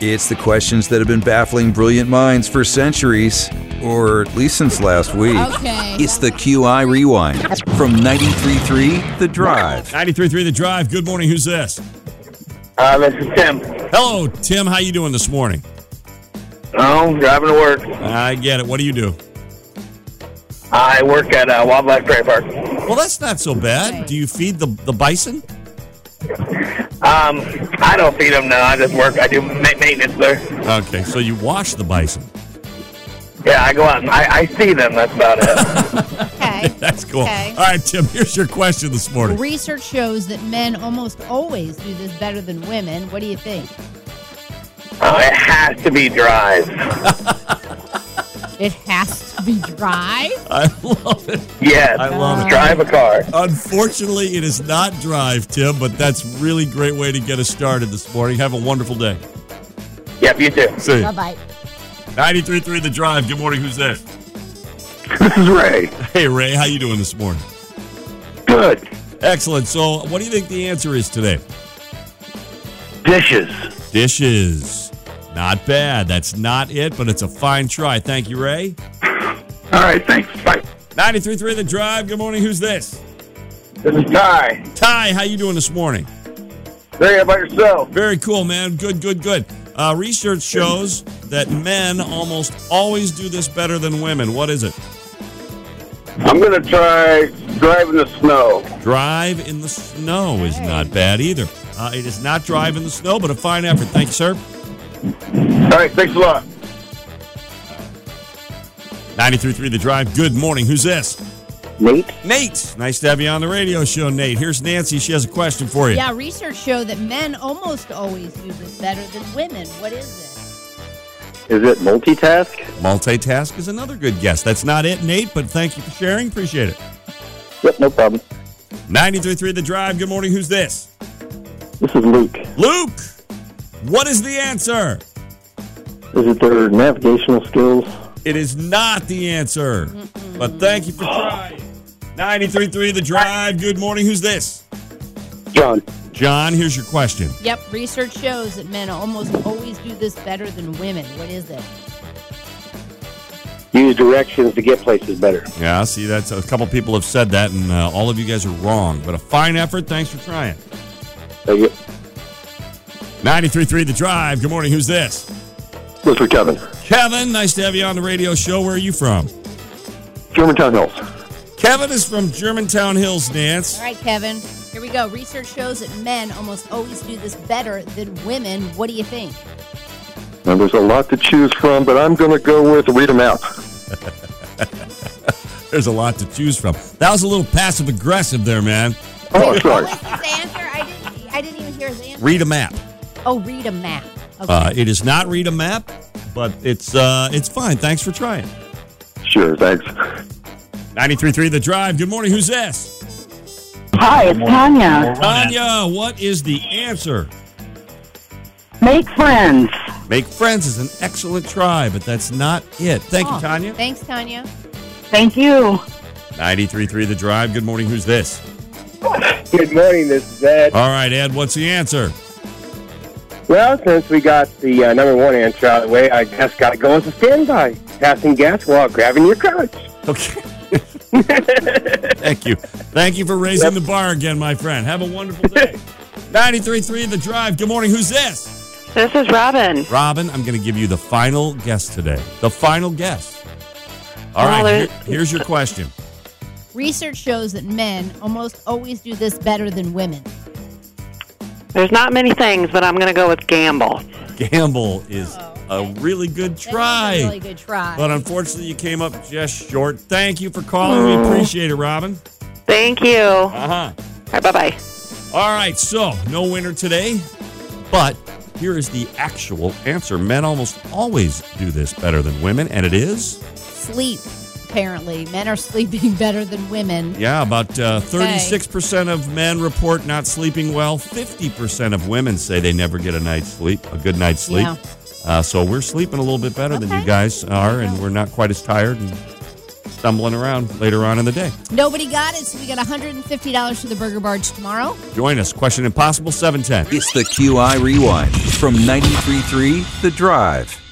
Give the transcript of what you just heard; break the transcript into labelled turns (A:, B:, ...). A: It's the questions that have been baffling brilliant minds for centuries, or at least since last week.
B: Okay.
A: It's the QI Rewind from 93.3 The Drive.
C: 93.3 The Drive. Good morning. Who's this?
D: Uh, this is Tim.
C: Hello, Tim. How you doing this morning?
D: Oh, driving to work.
C: I get it. What do you do?
D: I work at uh, Wildlife Prairie Park.
C: Well, that's not so bad. Do you feed the, the bison?
D: Um, I don't feed them. No, I just work. I do ma- maintenance there.
C: Okay, so you wash the bison.
D: Yeah, I go out and I, I see them. That's about it.
B: Okay.
C: That's cool.
B: Okay.
C: All right, Tim. Here's your question this morning.
B: Research shows that men almost always do this better than women. What do you think?
D: uh, it has to be drives.
B: It has to be dry.
C: I love it.
D: Yes.
C: I love it.
D: Drive a car.
C: Unfortunately, it is not drive, Tim, but that's really great way to get us started this morning. Have a wonderful day.
D: Yep, you too.
C: See you.
B: Bye bye.
C: 93.3 The Drive. Good morning. Who's this?
D: This is Ray.
C: Hey, Ray. How you doing this morning?
D: Good.
C: Excellent. So, what do you think the answer is today?
D: Dishes.
C: Dishes. Not bad. That's not it, but it's a fine try. Thank you, Ray.
D: All right, thanks. Bye.
C: 93.3 The Drive. Good morning. Who's this?
D: This is Ty.
C: Ty, how you doing this morning?
D: There you by yourself.
C: Very cool, man. Good, good, good. Uh, research shows that men almost always do this better than women. What is it?
D: I'm going to try driving the snow.
C: Drive in the snow is not bad either. Uh, it is not drive in the snow, but a fine effort. Thank you, sir.
D: All right, thanks a lot.
C: 93.3 The Drive. Good morning. Who's this?
D: Nate?
C: Nate. Nice to have you on the radio show, Nate. Here's Nancy. She has a question for you.
B: Yeah, research show that men almost always do this better than women. What is
D: Is it multitask?
C: Multitask is another good guess. That's not it, Nate, but thank you for sharing. Appreciate it.
D: Yep, no problem.
C: 93.3 The Drive. Good morning. Who's this?
D: This is Luke.
C: Luke. What is the answer?
D: Is it their navigational skills?
C: It is not the answer. But thank you for trying. 93.3 The Drive. Good morning. Who's this?
D: John.
C: John, here's your question.
B: it? Yep, research shows that men almost always do this better than women. What is it?
D: Use directions to get places better.
C: Yeah, see, that's a couple people have said that, and uh, all of you guys are wrong. But a fine effort. Thanks for trying.
D: Thank you.
C: 93.3 The Drive. Good morning. Who's this?
D: This is Kevin.
C: Kevin, nice to have you on the radio show. Where are you from?
D: Germantown Hills.
C: Kevin is from Germantown Hills, Nance.
B: All right, Kevin. Here we go. Research shows that men almost always do this better than women. What do you think?
D: Now, there's a lot to choose from, but I'm going to go with read them out.
C: There's a lot to choose from. That was a little passive aggressive there, man.
D: Oh, sorry.
B: What was his answer? I didn't. I didn't even hear his answer.
C: Read a map.
B: Oh, read a map. Okay.
C: Uh, it is not read a map, but it's uh, it's fine. Thanks for trying.
D: Sure, thanks.
C: 93.3 The Drive. Good morning. Who's this?
E: Hi, it's Tanya.
C: Tanya, what is the answer?
E: Make friends.
C: Make friends is an excellent try, but that's not it. Thank
B: Oh,
C: you, Tanya.
B: Thanks, Tanya.
E: Thank you.
C: 93.3 The Drive. Good morning. Who's this?
F: Good morning, this is Ed.
C: All right, Ed, what's the answer?
F: Well, since we got the uh, number one answer out of the way, I just got to go as a standby. Passing gas while grabbing your crotch.
C: Okay. Thank you. Thank you for raising the bar again, my friend. Have a wonderful day. 93.3 The Drive. Good morning. Who's this?
E: This is Robin.
C: Robin, I'm going to give you the final guess today. The final guess. All right,
E: Well, there-
C: here- here's your question.
B: Research shows that men almost always do this better than women.
E: There's not many things, but I'm going to go with gamble.
C: Gamble is a really good
B: That is a
C: try.
B: really good try.
C: but unfortunately, you came up just short. Thank you for calling.
B: Oh.
C: We appreciate it, Robin.
E: Thank you. All
C: Uh huh.
E: right, bye bye.
C: All right, so no winner today, but here is the actual answer. Men almost always do this better than women, and it is,
B: Sleep, apparently. Men are sleeping better than women.
C: yeah, about uh, 36% of men report not sleeping well. 50% of women say they never get a night's sleep, a good night's sleep.
B: Yeah.
C: Uh, so we're sleeping a little bit better than you
B: Okay.
C: guys are, and we're not quite as tired. And stumbling around later on in the day.
B: Nobody got it, so we got $150 for the Burger Barge tomorrow.
C: Join us. Question Impossible 710.
A: It's the QI Rewind from 93.3 The Drive.